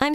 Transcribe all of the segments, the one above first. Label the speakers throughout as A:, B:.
A: I'm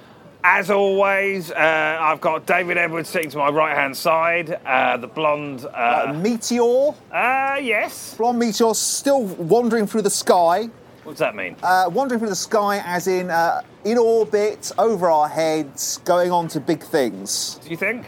B: as always, uh, I've got David Edwards sitting to my right hand side, uh, the blonde.
C: A
B: Uh,
C: meteor,
B: uh, yes.
C: blonde meteor, still wandering through the sky.
B: What does that mean?
C: Uh, wandering through the sky, as in uh, in orbit, over our heads, going on to big things.
B: Do you think?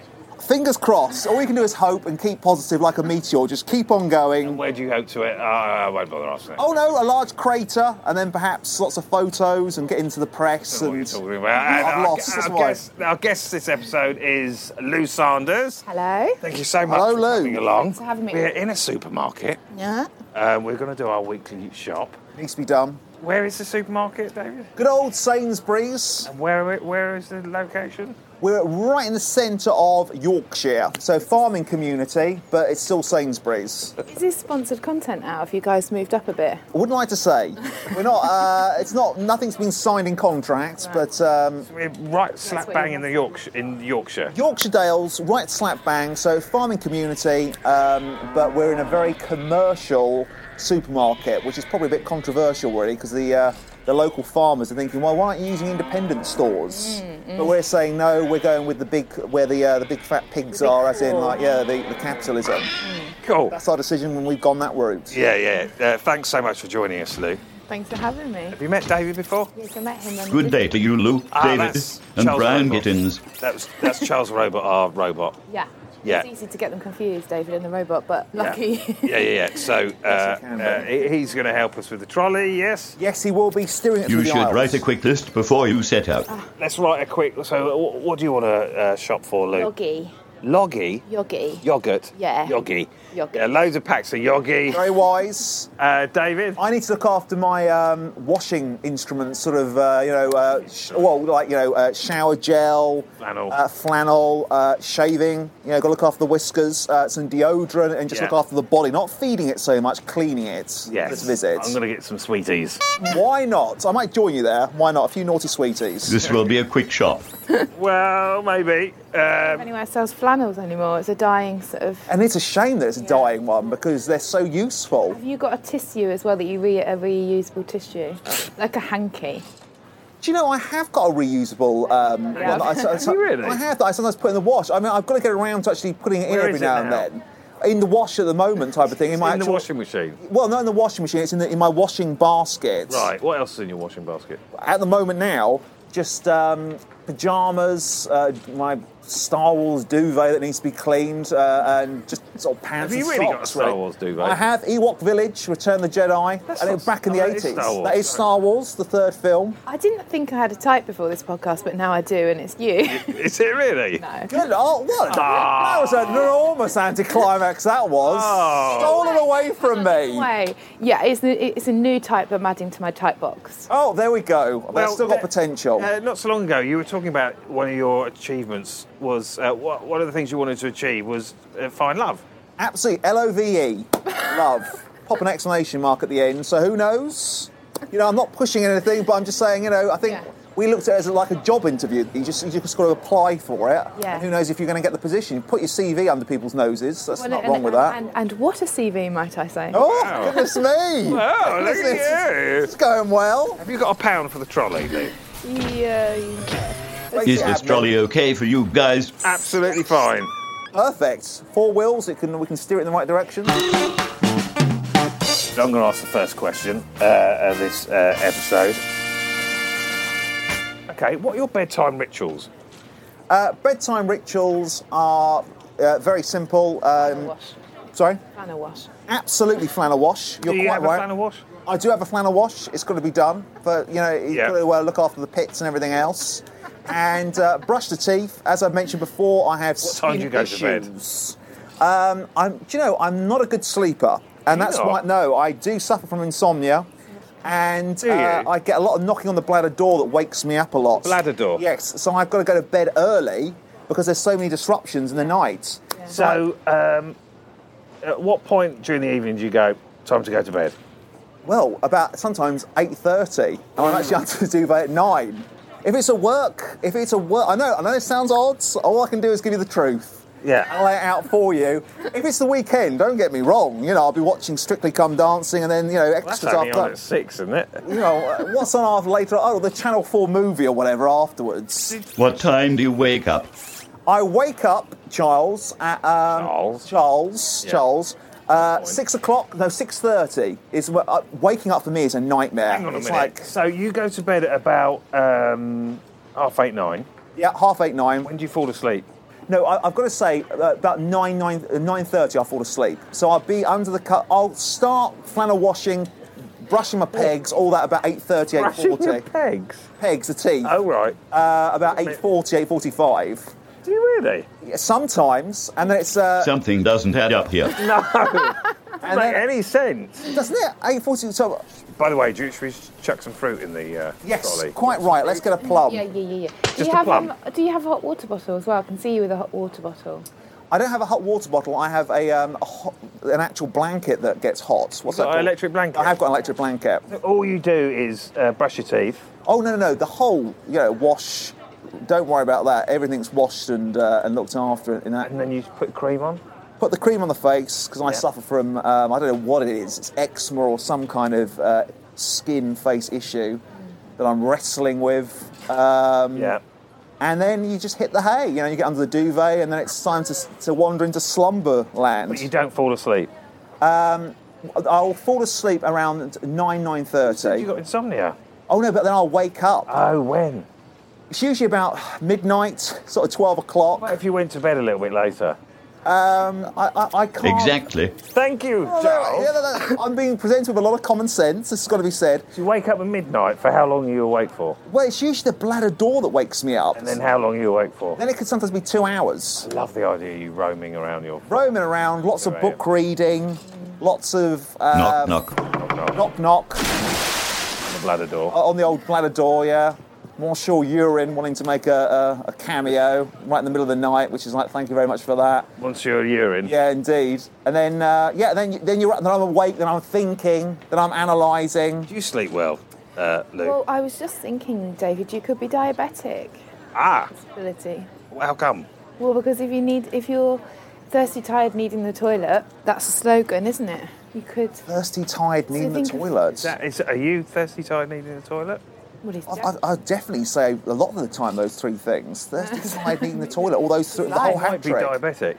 C: Fingers crossed. All we can do is hope and keep positive, like a meteor. Just keep on going.
B: Where do you hope to it? Uh, I won't bother asking.
C: Oh no, a large crater, and then perhaps lots of photos and get into the press.
B: What are you
C: and
B: talking about? Uh, And
C: I've
B: our-
C: lost,
B: Our,
C: that's why.
B: guest, our guest this episode is Lou Sanders.
D: Hello.
B: Thank you so much
C: Hello,
B: for
C: Lou.
B: coming along.
D: Thanks for having me.
B: We're in a supermarket.
D: Yeah.
B: Uh, we're going to do our weekly shop.
C: needs to be done.
B: Where is the supermarket, David?
C: Good old Sainsbury's.
B: Where where is the location?
C: We're right in the centre of Yorkshire, so farming community, but it's still Sainsbury's.
D: Is this sponsored content out? Have you guys moved up a bit?
C: Wouldn't like to say. We're not. Uh, it's not. Nothing's been signed in contract, but um,
B: We're right slap
D: what
B: bang
D: you
B: in the Yorkshire in Yorkshire.
C: Yorkshire Dales, right slap bang. So farming community, um, but we're in a very commercial supermarket, which is probably a bit controversial, really, because the uh, the local farmers are thinking, well, why aren't you using independent stores? But we're saying no. We're going with the big, where the uh, the big Mm. fat pigs are, as in like yeah, the, the capitalism.
B: Cool.
C: That's our decision when we've gone that route.
B: Yeah, yeah. Uh, thanks so much for joining us, Lou.
D: Thanks for having me.
B: Have you met David before?
D: Yes, I met him. when-
E: Good day to you, Luke,
B: Ah,
E: David,
B: that's
E: and
B: Charles
E: Brian
B: Robot.
E: Gittins.
B: That was, that's Charles Robot, our robot.
D: Yeah.
B: Yeah.
D: It's easy to get them confused, David and the robot, but lucky.
B: Yeah, yeah, yeah. So uh,
C: he can,
B: uh,
C: mate.
B: he- he's going to help us with the trolley. Yes.
C: Yes, he will be steering it
E: You
C: through the
E: should
C: aisles.
E: write a quick list before you set out.
B: Let's write a quick. So, wh- what do you want to uh, shop for, Lou?
D: Yogi.
B: Loggy.
D: Yogi.
B: Yogurt.
D: Yeah.
B: Yogi.
D: Yogi.
B: Yeah, loads of packs of yogi.
C: Very wise.
B: Uh, David.
C: I need to look after my um, washing instruments, sort of, uh, you know, uh, sh- well, like, you know, uh, shower gel,
B: Flannel.
C: uh, flannel uh, shaving, you know, got to look after the whiskers, uh, some deodorant, and just
B: Yeah.
C: look after the body, not feeding it so much, cleaning it.
B: Yes.
C: This visit.
B: I'm going to get some sweeties.
C: Why not? I might join you there. Why not? A few naughty sweeties.
E: This will be a quick shop.
B: well, maybe. Uh,
D: Anywhere sells flannels anymore. It's a dying sort of.
C: and it's a shame that it's a dying one because they're so useful.
D: Have you got a tissue as well that you re a reusable tissue, like a hanky?
C: Do you know I have got a reusable um,
D: Yeah.
C: one? That I, so- so-
B: You really?
C: I have that I sometimes put in the wash. I mean, I've got to get around to actually putting it in
B: Where
C: every
B: is it now?
C: now and then. In the wash at the moment, type of thing. In, my
B: in the
C: actual-
B: washing machine.
C: Well, not in the washing machine. It's in, the, in my washing basket.
B: Right. What else is in your washing basket?
C: At the moment now, just um, pajamas, uh, my Star Wars duvet that needs to be cleaned, uh, and just sort of pants.
B: Have you
C: and
B: really got
C: socks,
B: a Star
C: really.
B: Wars duvet?
C: I have Ewok Village, Return of the Jedi,
B: That's
C: and it
B: not-
C: was back in
B: oh,
C: the
B: that is
C: 80s.
B: Star Wars.
C: that is Star Wars, the third film.
D: I didn't think I had a type before this podcast, but now I do, and it's you.
B: Is it really?
C: Good. Oh, what?
B: Ah.
C: That was an enormous anticlimax. That was
B: Oh.
C: stolen away from me.
D: Way. Yeah, it's, the- it's a new type I'm adding to my type box.
C: Oh, there we go. That's still got
B: that-
C: potential.
B: Uh, not so long ago, you were talking about one of your achievements was uh, wha- one of the things you wanted to achieve was uh, find love.
C: Absolutely, L O V E, love. Pop an exclamation mark at the end. So who knows? You know, I'm not pushing anything, but I'm just saying. You know, I think
D: Yeah.
C: we looked at it as like a job interview. You just you just got to apply for it.
D: Yeah.
C: And who knows if you're going to get the position? Put your CV under people's noses. That's
D: Well,
C: not
D: and-
C: wrong with
D: and-
C: that.
D: And, and what a CV, might I say?
C: oh goodness me!
B: Oh, look
C: Goodness,
B: at
C: it's-
B: you.
C: It's going well.
B: Have you got a pound for the trolley, Lou?
D: Yeah, yeah.
C: Make
D: There's
E: Is
C: it
E: this
C: happen.
E: trolley okay for you guys?
B: Ah. Absolutely fine.
C: Perfect. Four wheels. It can we can steer it in the right direction.
B: So I'm going to ask the first question uh, of this uh, episode. Okay, what are your bedtime rituals?
C: Uh, bedtime rituals are uh, very simple.
D: flannel
C: Um,
D: wash.
C: sorry,
D: Flannel wash.
C: absolutely flannel wash. You're
B: Do you
C: quite
B: have
C: right.
B: a flannel wash?
C: I do have a flannel wash. It's got to be done, but you know you've
B: Yeah.
C: got to uh, look after the pits and everything else. And uh, brush the teeth. As I've mentioned before, I have
B: What time do you go to bed?
C: issues. Um, I'm, do you know, I'm not a good sleeper, and
B: You're
C: that's
B: not?
C: why. No, I do suffer from insomnia, and uh,
B: Do you?
C: I get a lot of knocking on the bladder door that wakes me up a lot.
B: Bladder door?
C: Yes. So I've got to go to bed early because there's so many disruptions in the night.
B: So, um, at what point during the evening do you go, time to go to bed?
C: Well, about sometimes eight thirty, and I'm actually under the duvet at nine. If it's a work, if it's a work, I know, I know it sounds odd. so All I can do is give you the truth.
B: Yeah.
C: I'll lay it out for you. If it's the weekend, don't get me wrong. You know, I'll be watching Strictly Come Dancing, and then you know
B: Well, that's
C: extras
B: only on
C: after.
B: at six, isn't it?
C: You know, uh, what's on after later? Oh, the Channel Four movie or whatever afterwards.
E: What time do you wake up?
C: I wake up, Charles, at um,
B: Charles.
C: Charles,
B: Yeah.
C: Charles. Uh,
B: Fine.
C: six o'clock, no, six thirty is wh- uh, waking up for me is a nightmare.
B: Hang on a
C: it's
B: minute.
C: like
B: So you go to bed at about um, half eight, nine.
C: Yeah, half eight, nine.
B: When do you fall asleep?
C: No, I, I've got to say, uh, about nine, nine, nine thirty, I fall asleep. So I'll be under the cut. I'll start flannel washing, brushing my pegs, all that about 8.30,
B: Oh. Brushing your
C: 8.40.
B: pegs.
C: Pegs, the teeth.
B: Oh, right.
C: Uh, about 8.40, 8.45.
B: do you really?
C: Yeah, sometimes, and then it's... Uh,
E: Something doesn't add up here.
B: No. Doesn't make
C: and then,
B: any sense.
C: doesn't it? 8.40, so...
B: By the way, do you, should we chuck some fruit in the uh,
C: Yes,
B: trolley?
C: quite right. Let's get a plum.
D: Yeah, yeah, yeah, yeah. do
B: Just
D: you
B: a
D: have um,
B: plum.
D: do you have a hot water bottle as well? I can see you with a hot water bottle.
C: I don't have a hot water bottle. I have a, um, a hot, an actual blanket that gets hot. What's that
B: got an
C: called?
B: electric blanket?
C: I have got an electric blanket.
B: All you do is uh, brush your teeth.
C: Oh no, no, no! The whole, you know, wash. Don't worry about that. Everything's washed and uh, and looked after. In that,
B: And then you put cream on.
C: put the cream on the face because I
B: Yeah.
C: suffer from um, I don't know what it is. It's eczema or some kind of uh, skin face issue that I'm wrestling with. Um,
B: Yeah.
C: And then you just hit the hay. You know, you get under the duvet, and then it's time to to wander into slumber
B: But you
C: land.
B: don't fall asleep.
C: I'll fall asleep around nine nine
B: You
C: thirty.
B: got insomnia.
C: Oh no, but then I'll wake up.
B: Oh, when?
C: it's usually about midnight, sort of twelve o'clock.
B: What if you went to bed a little bit later?
C: I, I, I can't.
E: Exactly.
B: Thank you,
C: No, no,
B: Charles.
C: no, no, no. I'm being presented with a lot of common sense. This has got to be said.
B: You wake up at midnight. For how long are you awake for?
C: Well, it's usually the bladder door that wakes me up.
B: And then how long are you awake for?
C: Then it could sometimes be two hours.
B: I love the idea of you roaming around your.
C: Roaming around, lots of
B: Right.
C: book reading, lots of uh,
E: knock, knock.
B: Knock, knock,
C: knock knock uh,
B: on the bladder door.
C: on the old bladder door. Yeah, Monsieur Urine wanting to make a, a, a cameo right in the middle of the night, which is like, thank you very much for that.
B: Once you're urine.
C: Yeah, indeed. And then uh, yeah, then then you're then I'm awake, then I'm thinking, then I'm analysing.
B: Do you sleep well, uh, Luke?
D: Well, I was just thinking, David, you could be diabetic.
B: ah,
D: Ability.
B: well, how come?
D: Well, because if you need, if you're thirsty, tired, needing the toilet, that's a slogan, isn't it? You could.
C: Thirsty, tired, needing the
D: think of-
C: toilet.
B: That is, are you thirsty, tired, needing a toilet?
D: Well, it's
C: I, I I'd definitely say a lot of the time those three things: thirsty, tired, needing the toilet, all those three, the whole
B: might
C: hat
B: be
C: trick.
B: diabetic.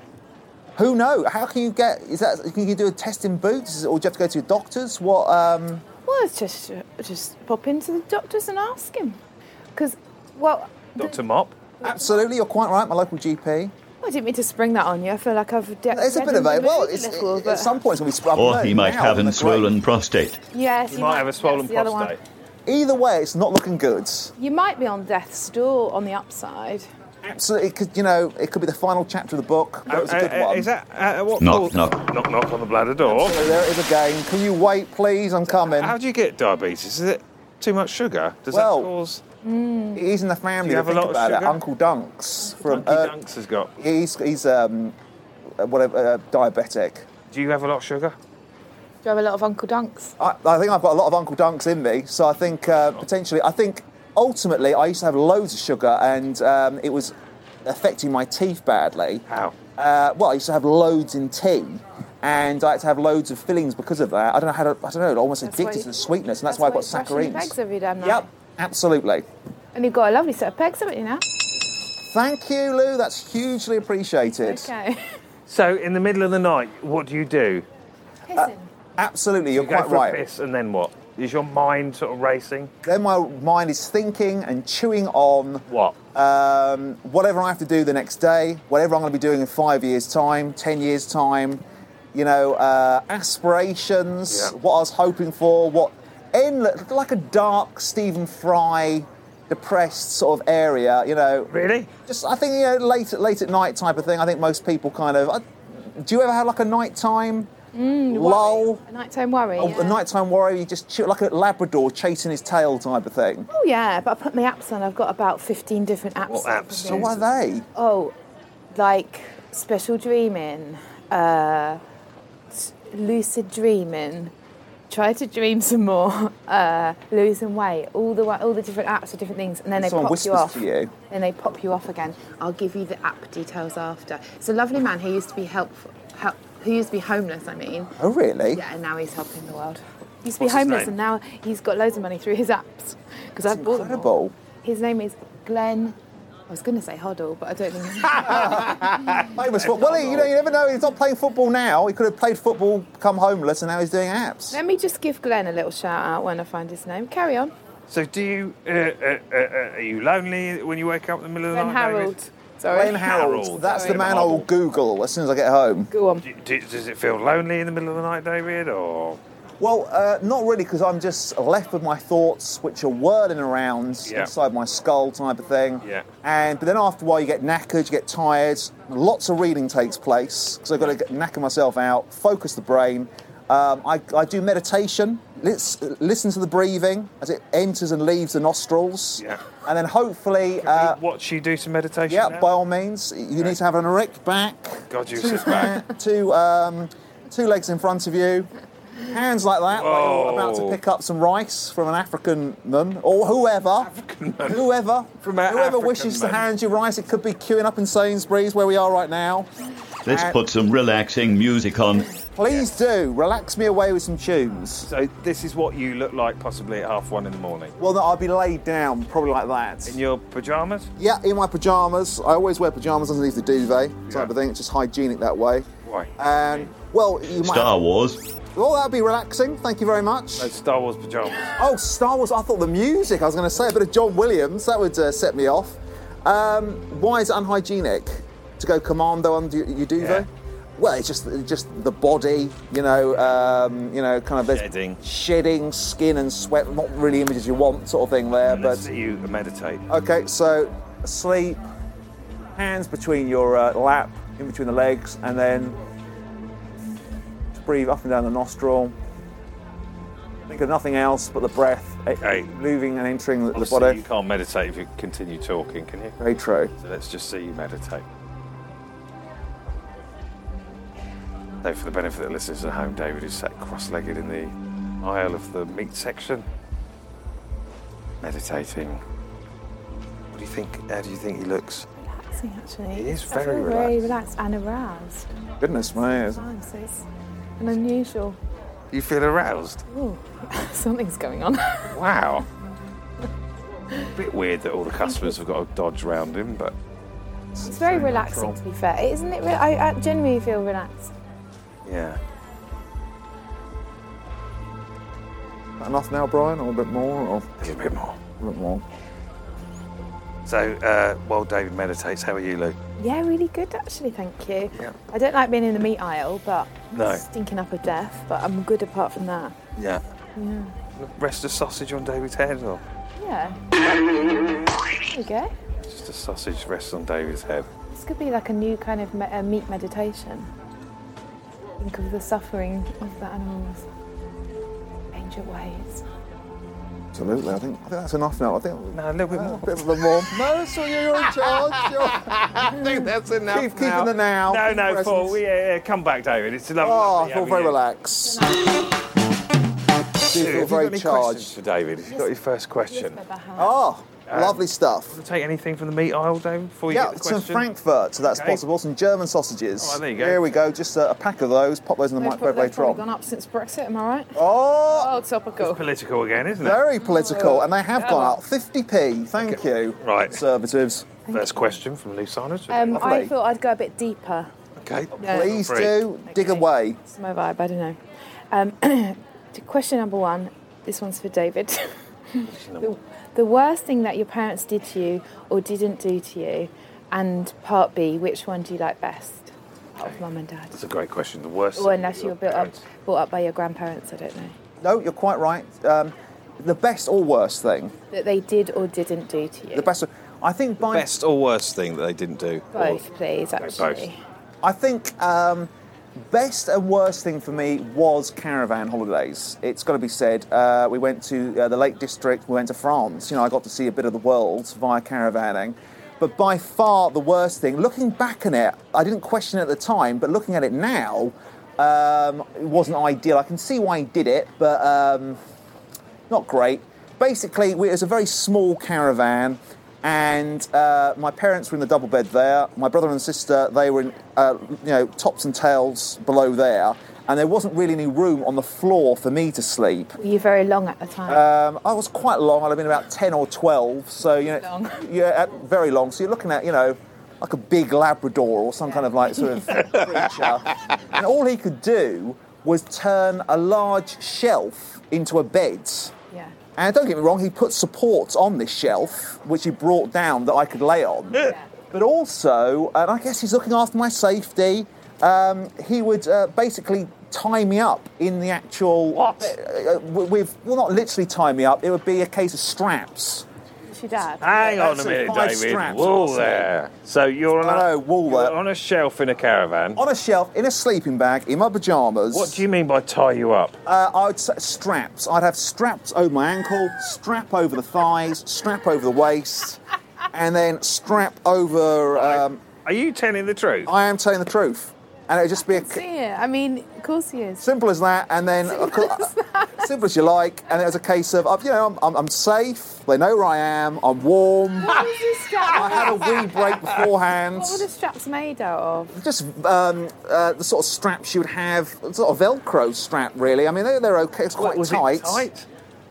C: Who know? How can you get? Is that can you do a test in boots, or do you have to go to your doctors? What? Um,
D: well, it's just just pop into the doctors and ask him, because well,
B: Dr. Mop?
C: absolutely, you're quite right. My local GP.
D: I didn't mean to spring that on you. I feel like I've. De-
C: It's a bit of a well. It's, it, at some point it's going to be. I've
E: Or he
C: learned
E: might
C: now
E: have
C: in
E: an
C: the grade.
E: swollen prostate.
D: Yes,
B: You might have a swollen
D: that's the other one.
B: prostate.
C: Either way, it's not looking good.
D: You might be on death's door on the upside.
C: Absolutely, it could, you know, it could be the final chapter of the book. But it was a
B: Uh,
C: good
B: uh,
C: one.
B: Is that uh, what?
E: Knock,
B: cause-
E: knock.
B: knock, knock on the bladder door.
C: So there it is again. Can you wait, please? I'm coming.
B: How do you get diabetes? Is it too much sugar? Does
C: Well,
B: that cause?
C: It is in the family.
B: you have
C: to
B: a
C: think
B: lot of
C: about it.
B: sugar?
C: Uncle Dunks from uh,
B: Dunky
C: Ur-
B: Dunks has got.
C: He's he's um, uh, whatever uh, diabetic.
B: Do you have a lot of sugar?
D: Do you have a lot of Uncle Dunks?
C: I, I think I've got a lot of Uncle Dunks in me, so I think uh, potentially. I think ultimately, I used to have loads of sugar, and um, it was affecting my teeth badly.
B: How?
C: Uh, well, I used to have loads in tea. And I had to have loads of fillings because of that. I don't know how to, I don't know, almost
D: That's why
C: addicted
D: you-
C: to the sweetness, and that's,
D: that's
C: why I
D: why
C: got
D: you're smashing your
C: saccharin.
D: pegs every damn night.
C: Yep, absolutely.
D: And you've got a lovely set of pegs, haven't you now?
C: Thank you, Lou. That's hugely appreciated.
D: Okay.
B: So, in the middle of the night, what do you do?
C: Uh,
D: Pissing.
C: Absolutely, you're
B: You
C: quite
B: go for
C: right.
B: a piss, and then what? Is your mind sort of racing?
C: Then my mind is thinking and chewing on
B: What?
C: um, whatever I have to do the next day, whatever I'm going to be doing in five years' time, ten years' time, you know, uh, aspirations,
B: Yeah.
C: what I was hoping for, what endless, like a dark Stephen Fry, depressed sort of area, you know.
B: Really?
C: Just, I think, you know, late, late at night type of thing. I think most people kind of. I, do you ever have like a nighttime lull?
D: A nighttime worry.
C: oh, A,
D: yeah.
C: a nighttime worry, you just chew, like a Labrador chasing his tail type of thing.
D: Oh yeah, but I put my apps on. I've got about fifteen different apps.
B: What
D: that I can
B: apps?
D: do.
C: So what are they?
D: Oh, like special dreaming, uh, s- lucid dreaming. Try to dream some more. Uh, losing weight. All the wa- all the different apps for different things, and then they
C: Someone
D: pop you
C: whispers
D: off.
C: to you.
D: Then they pop you off again. I'll give you the app details after. It's a lovely man who used to be helpful. Help, who used to be homeless, I mean.
C: Oh, really?
D: Yeah, and now he's helping the world. He used to
B: What's
D: be
B: his
D: homeless,
B: name?
D: and now he's got loads of money through his apps. Because I've bought them all.
C: Incredible.
D: His name is Glenn. I was going to say Hoddle, but I don't think. He's...
C: Famous football. Well, you know, you never know. He's not playing football now. He could have played football, come homeless, and now he's doing apps.
D: Let me just give Glenn a little shout out when I find his name. Carry on.
B: So, do you uh, uh, uh, uh, are you lonely when you wake up in the middle of the
D: Glenn
B: night, David?
D: Harold. Sorry.
C: Glenn Harold. That's the
B: Sorry.
C: man I will Google as soon as I get home.
D: Go on.
B: Do, do, does it feel lonely in the middle of the night, David? Or
C: Well, uh, not really, because I'm just left with my thoughts, which are whirling around
B: Yeah.
C: inside my skull, type of thing.
B: Yeah.
C: And but then after a while, you get knackered, you get tired. Lots of reading takes place because I've got to get, knacker myself out, focus the brain. Um, I, I do meditation. Lis- listen to the breathing as it enters and leaves the nostrils.
B: Yeah.
C: And then hopefully, uh,
B: what you do some meditation?
C: yeah,
B: now?
C: by all means, you need to have an erect back
B: God, you sit back.
C: two um, two legs in front of you, hands like that, like you're about to
B: Whoa.
C: pick up some rice from an African man or whoever, whoever,
B: From an
C: whoever
B: African
C: wishes
B: man.
C: to hand you rice. It could be queuing up in Sainsbury's where we are right now.
E: Let's put some relaxing music on.
C: Please do relax me away with some tunes.
B: So this is what you look like possibly at half one in the morning
C: Well, no, I'll be laid down, probably like that.
B: in your pajamas.
C: yeah, in my pajamas. I always wear pajamas underneath the duvet type
B: Yeah.
C: of thing. It's just hygienic that way.
B: Why?
C: And well, you might.
E: Star Wars.
C: Well, that'd be relaxing. Thank you very much.
B: Those Star Wars pajamas.
C: Oh, Star Wars. I thought the music. I was going to say a bit of John Williams. That would uh, set me off. Um, why is it unhygienic to go commando under your, your
B: Yeah.
C: duvet? Well, it's just just the body, you know, um, you know, kind of there's
B: Shedding.
C: shedding, skin and sweat. Not really images you want, sort of thing there.
B: Unless
C: But
B: you meditate.
C: okay, so sleep, hands between your uh, lap, in between the legs, and then just breathe up and down the nostril. Think of nothing else but the breath, eh,
B: Okay.
C: moving and entering the, the
B: Obviously,
C: body.
B: You can't meditate if you continue talking, can you?
C: Very true.
B: So let's just see you meditate. So, for the benefit of the listeners at home, David is sat cross legged in the aisle of the meat section, meditating. What do you think? How do you think he looks?
D: Relaxing, actually.
B: It is
D: I
B: very
D: feel very relaxed and aroused.
C: Goodness me.
D: Time, so it's an unusual.
B: You feel aroused?
D: Ooh, something's going on.
B: Wow. Bit weird that all the customers have got to dodge round him, but
D: It's very relaxing, to be fair, isn't it? Re- I, I genuinely feel relaxed.
B: yeah.
C: That enough now, Brian, or a bit more, or
B: There's a bit more.
C: a bit more.
B: So, uh, while David meditates, how are you, Luke?
D: Yeah, really good actually, thank you.
B: Yeah.
D: I don't like being in the meat aisle, but
B: No.
D: stinking up of death, but I'm good apart from that.
B: Yeah. Rest a sausage on David's head, or?
D: Yeah. There we go.
B: Just a sausage rests on David's head.
D: This could be like a new kind of me- uh, meat meditation. Think of the suffering of the animals. Change your ways.
C: Absolutely. I think, I think that's enough now. I think.
B: No, a little bit
C: A
B: more.
C: bit of a more. No, that's all you're in charge. You're-
B: I think that's enough.
C: Keep- keeping the now,
B: No,
C: keep
B: no,
C: presence.
B: Paul. We, uh, uh, come back, David. It's lovely.
C: Oh,
B: lovely
C: I feel
B: having
C: very
B: you.
C: relaxed. Do
B: Have you
C: feel
B: got
C: very
B: any questions
C: charged.
B: for David? You've got your first question.
D: Yes, Baba Hara.
C: Oh, Lovely stuff.
B: Take anything from the meat aisle, David, before you
C: Yeah,
B: Uh, get the
C: some
B: question?
C: Frankfurt, so that's
B: Okay.
C: possible. Some German sausages.
B: All right, there you go.
C: Here we go. Just uh, a pack of those. Pop those in the
D: They've prob-
C: microwave
D: they've
C: later
D: probably
C: on.
D: gone up since Brexit, am I right?
C: Oh,
D: Oh, topical.
B: Political again, isn't it?
D: Oh.
C: very political, and they have gone up. 50p. Thank you,
B: Right.
C: conservatives.
B: First question from Lou Sarnage.
D: Um, I
C: Lovely.
D: thought I'd go a bit deeper.
B: okay.
D: Yeah.
C: Please
B: Free.
C: do dig away.
D: It's my vibe, I don't know. Um, to question number one this one's for David. the, the worst thing that your parents did to you or didn't do to you, and part B, which one do you like best? Part of mum and dad.
B: That's a great question. The worst.
D: Or
B: thing
D: unless
B: that
D: you
B: your
D: were built up,
B: parents-
D: brought up by your grandparents, I don't know.
C: No, you're quite right. Um, the best or worst thing.
D: That they did or didn't do to you.
C: The best. I think by
F: Best or worst thing that they didn't do?
D: Both, please,
B: both.
D: actually.
C: I think um, best and worst thing for me was caravan holidays. It's got to be said. Uh, we went to uh, the Lake District. We went to France. You know, I got to see a bit of the world via caravanning. But by far the worst thing, looking back on it, I didn't question it at the time, but looking at it now, um, it wasn't ideal. I can see why he did it, but um, not great. Basically, we, it was a very small caravan, and uh, my parents were in the double bed there. My brother and sister they were in uh, you know tops and tails below there, and there wasn't really any room on the floor for me to sleep.
D: Were you very long at the time?
C: Um, I was quite long. I'd have been about ten or twelve, so you know,
D: Long.
C: yeah, at- very long. So you're looking at you know. Like a big Labrador or some kind of like sort of creature. And all he could do was turn a large shelf into a bed.
D: yeah.
C: And don't get me wrong, he put supports on this shelf, which he brought down that I could lay on. But also, and I guess he's looking after my safety, um, he would uh, basically tie me up in the actual. What? with, well, not literally tie me up, it would be a case of straps.
D: It's your dad.
B: Hang on a
C: That's
B: minute,
C: five
B: David.
C: straps,
B: Wall
C: I'd say.
B: there. So you're on,
C: I
B: a,
C: know, wall
B: you're
C: there.
B: on a shelf in a caravan.
C: On a shelf, in a sleeping bag, in my pyjamas.
B: What do you mean by tie you up?
C: Uh, I would say straps. I'd have straps over my ankle, strap over the thighs, strap over the waist, and then strap over. Um,
B: Are you telling the truth?
C: I am telling the truth. And it would just be a,
D: See it. I mean, of course he is.
C: simple as that, and then simple as you like. And it was a case of, uh, you know, I'm, I'm, I'm safe. They know where I am. I'm warm.
D: What was his
C: I had a
D: straps?
C: wee break beforehand.
D: What were the straps made out of?
C: Just um, uh, the sort of straps you would have, sort of Velcro strap, really. I mean, they're, they're okay. It's quite
B: was
C: tight.
B: it tight?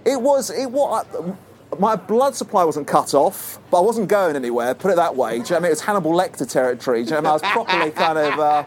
C: It was. It was. My blood supply wasn't cut off, but I wasn't going anywhere. Put it that way. Do you know what I mean? It was Hannibal Lecter territory. Do you know what I mean? I was properly kind of uh,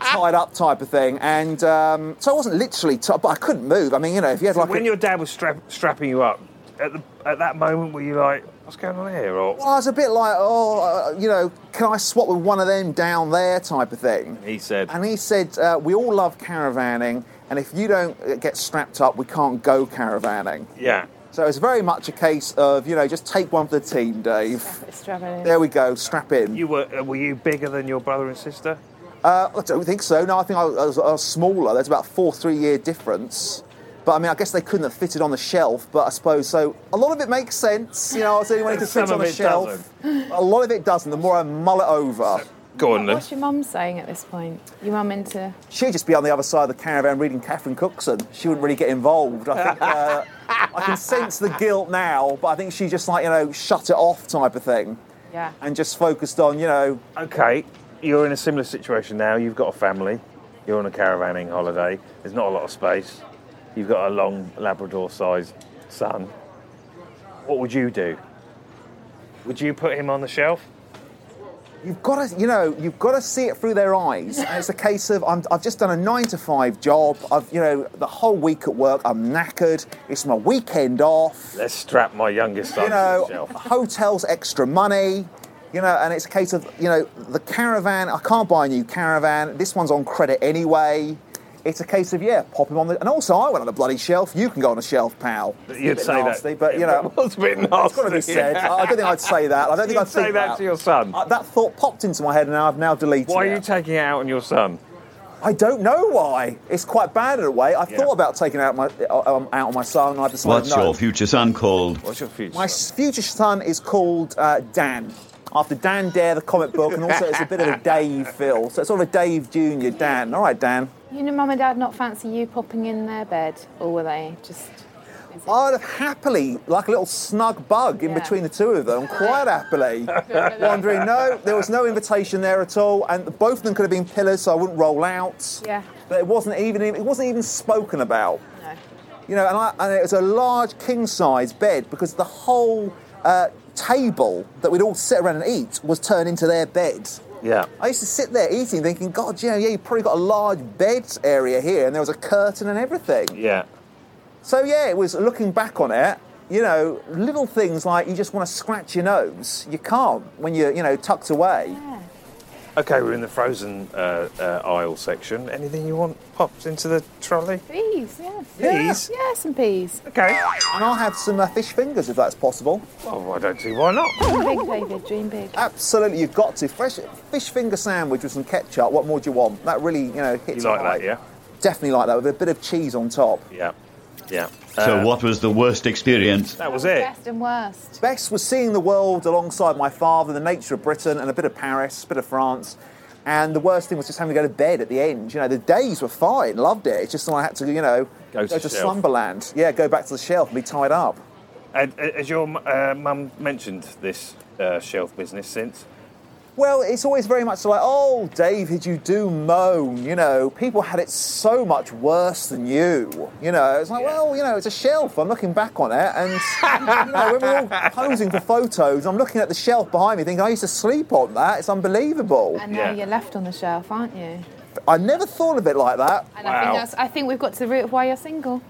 C: tied up, type of thing. And um, so I wasn't literally, t- but I couldn't move. I mean, you know, if you had like
B: when
C: a-
B: your dad was strap, strapping you up, at, the, at that moment, were you like, what's going on here? Or
C: I was a bit like, oh, uh, you know, can I swap with one of them down there, type of thing.
F: He said.
C: And he said, uh, we all love caravanning, and if you don't uh, get strapped up, we can't go caravanning.
B: Yeah.
C: So it's very much a case of, you know, just take one for the team, Dave.
D: It's traveling.
C: There we go, strap in.
B: You were, uh, were you bigger than your brother and sister?
C: Uh, I don't think so. No, I think I was, I was- I was smaller. There's about four three-year difference. But I mean, I guess they couldn't have fitted on the shelf. But I suppose so. A lot of it makes sense. You know, I was the only one who could
B: Some
C: fit on
B: of
C: the
B: it
C: shelf. A lot of it doesn't. The more I mull it over,
B: Go on then.
D: What's your mum saying at this point? Your mum into
C: she'd just be on the other side of the caravan reading Catherine Cookson. She wouldn't really get involved. I think uh, I can sense the guilt now, but I think she just like you know shut it off type of thing,
D: yeah.
C: and just focused on you know
B: Okay, you're in a similar situation now. You've got a family. You're on a caravanning holiday. There's not a lot of space. You've got a long Labrador-sized son. What would you do? Would you put him on the shelf?
C: You've got to, you know, you've got to see it through their eyes. And it's a case of I'm, I've just done a nine to five job. I've, you know, the whole week at work. I'm knackered. It's my weekend off.
B: Let's strap my youngest son
C: You know,
B: to the shelf.
C: hotels extra money. You know, and it's a case of you know the caravan. I can't buy a new caravan. This one's on credit anyway. It's a case of yeah, pop him on the. And also, I went on a bloody shelf. You can go on a shelf, pal. It's a
B: You'd
C: bit
B: say
C: nasty,
B: that,
C: but you know,
B: it was a bit nasty.
C: it's got to be said. I I don't think I'd say that. I don't think
B: You'd
C: I'd
B: say
C: think
B: that to your son?
C: Uh, that thought popped into my head, and I've now deleted
B: Why
C: it.
B: are you taking it out on your son?
C: I don't know why. It's quite bad in a way. I
B: Yeah.
C: thought about taking out my um, out on my son, and I decided
E: What's
C: no.
E: your future son called?
B: What's your future?
C: my s- future son is called uh, Dan, after Dan Dare, the comic book, and also it's a bit of a Dave feel. So it's sort of a Dave Junior Dan. All right, Dan.
D: You know, mum and dad not fancy you popping in their bed, or were they just?
C: I'd have happily, like a little snug bug in
D: Yeah.
C: between the two of them, quite happily, wondering, no, there was no invitation there at all, and both of them could have been pillars, so I wouldn't roll out.
D: Yeah.
C: But it wasn't even it wasn't even spoken about.
D: No.
C: You know, and, I, and it was a large king size bed because the whole uh, table that we'd all sit around and eat was turned into their bed.
B: Yeah.
C: I used to sit there eating, thinking, God, yeah, yeah, you've probably got a large bed area here, and there was a curtain and everything.
B: Yeah.
C: So yeah, it was looking back on it. You know, little things like you just want to scratch your nose. You can't when you're, you know, tucked away.
B: Okay, we're in the frozen uh, uh, aisle section. Anything you want popped into the trolley?
D: Peas, yes.
B: Peas?
D: Yeah, some peas.
B: Okay.
C: And I'll have some uh, fish fingers if that's possible.
B: Well, I don't see why not.
D: Dream big, David, dream big.
C: Absolutely, you've got to. Fresh fish finger sandwich with some ketchup. What more do you want? That really, you know,
B: You
C: hits.
B: like
C: high.
B: that, yeah?
C: Definitely like that with a bit of cheese on top.
B: Yeah. Yeah.
E: So, what was the worst experience?
B: That was it.
D: Best and worst.
C: Best was seeing the world alongside my father, the nature of Britain, and a bit of Paris, a bit of France. And the worst thing was just having to go to bed at the end. You know, the days were fine, loved it. It's just when I had to, you know,
B: Go to the shelf.
C: slumberland. Yeah, go back to the shelf and be tied up.
B: And, uh, has your uh, mum mentioned this uh, shelf business since?
C: Well, it's always very much like, oh, David, you do moan. You know, people had it so much worse than you. You know, it's like, well, you know, it's a shelf. I'm looking back on it, and you know, when we're all posing for photos, I'm looking at the shelf behind me, thinking, I used to sleep on that. It's unbelievable.
D: And now
B: Yeah.
D: you're left on the shelf, aren't you?
C: I never thought of it like that.
D: And I
B: Wow.
D: think that's, I think we've got to the root of why you're single.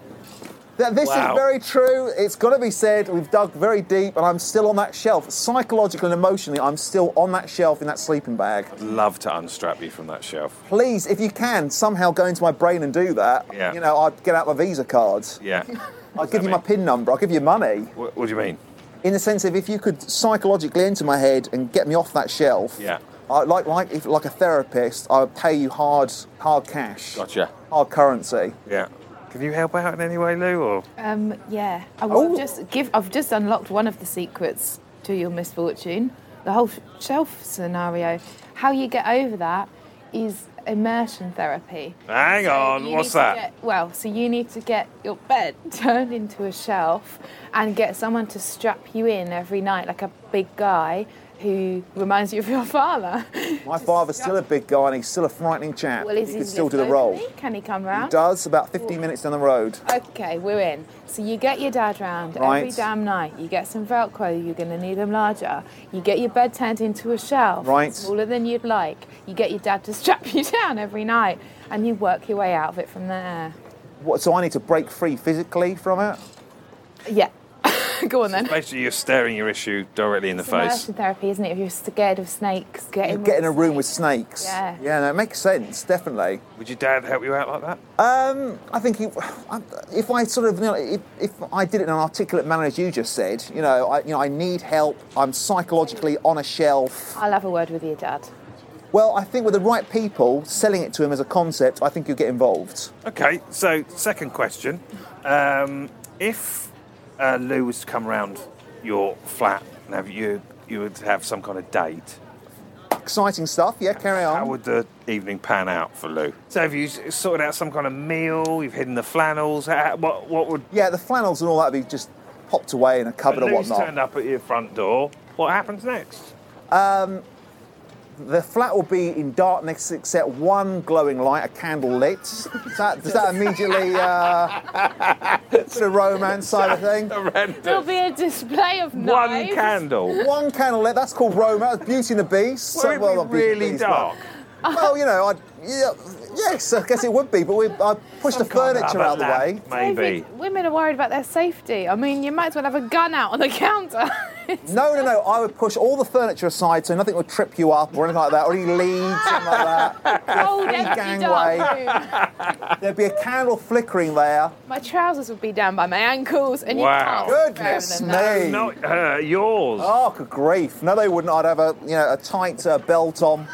C: Th- This
B: Wow.
C: is very true. It's got to be said. We've dug very deep, and I'm still on that shelf. Psychologically and emotionally, I'm still on that shelf in that sleeping bag.
B: Love to unstrap you from that shelf.
C: Please, if you can, somehow go into my brain and do that.
B: Yeah.
C: You know, I'd get out my Visa cards.
B: Yeah.
C: I'll give you
B: mean?
C: my PIN number. I'll give you money.
B: what, what do you mean?
C: In the sense of if you could psychologically enter my head and get me off that shelf.
B: Yeah.
C: I, like like if like a therapist, I would pay you hard hard cash.
B: Gotcha.
C: Hard currency.
B: Yeah. Can you help out in any way, Lou? Or
D: Um, yeah. I
C: Oh.
D: will just give. I've just unlocked one of the secrets to your misfortune. The whole sh- shelf scenario. How you get over that is immersion therapy.
B: Hang
D: So
B: on,
D: you
B: what's
D: need to
B: that?
D: get- well, so you need to get your bed turned into a shelf and get someone to strap you in every night, like a big guy who reminds you of your father.
C: My father's still a big guy and he's still a frightening chap.
D: Well,
C: he
D: is
C: could
D: he
C: still do the
D: live
C: role.
D: locally? Can he come round?
C: Does about 15 minutes down the road.
D: Okay, we're in. So you get your dad round every
C: Right.
D: damn night. You get some Velcro, you're going to need them larger. You get your bed turned into a shelf,
C: Right.
D: smaller than you'd like. You get your dad to strap you down every night, and you work your way out of it from there.
C: What, so I need to break free physically from it.
D: Yeah. Go on then.
B: basically you're staring your issue directly in the face?
D: Immersion therapy, isn't it? If you're scared of snakes, get in,
C: Get in
D: with
C: a room with snakes.
D: Yeah.
C: Yeah, no, it makes sense, definitely.
B: Would your dad help you out like that?
C: I think he, I- if I sort of, you know, if, if I did it in an articulate manner as you just said, you know, I, you know, I need help. I'm psychologically on a shelf.
D: I'll have a word with your dad.
C: Well, I think with the right people selling it to him as a concept, I think you'll get involved.
B: Okay. So second question: um, If uh, Lou was to come round your flat and have you, you would have some kind of date.
C: Exciting stuff. Yeah, carry on.
B: How would the evening pan out for Lou? So have you s- sorted out some kind of meal? You've hidden the flannels. How, what what would
C: yeah, the flannels and all that would be just popped away in a cupboard or
B: Lou's
C: whatnot.
B: turned up at your front door? What happens next?
C: The flat will be in darkness except one glowing light, a candle lit. Does that, does that immediately uh, sort of romance side of thing?
D: There'll be a display of
B: One
D: knives.
B: candle.
C: One candle lit, that's called romance. Beauty and the Beast.
B: Well, it
C: not
B: would be
C: Beauty and the
B: really
C: Beast, but-
B: dark.
C: Well, you know, I, yeah, yes, I guess it would be, but we, I pushed the furniture out of the way.
B: Maybe.
D: David, Women are worried about their safety. I mean, you might as well have a gun out on the counter.
C: No, no, no, I would push all the furniture aside so nothing would trip you up or anything like that, or any leads, something like that.
D: Cold, empty, dark
C: gangway.
D: room.
C: There'd be a candle flickering there.
D: My trousers would be down by my ankles, and
B: Wow.
D: you can't.
C: Goodness
D: go further than
C: me.
B: Not uh, yours.
C: Oh, good grief. No, they wouldn't. I'd have a, you know, a tight uh, belt on.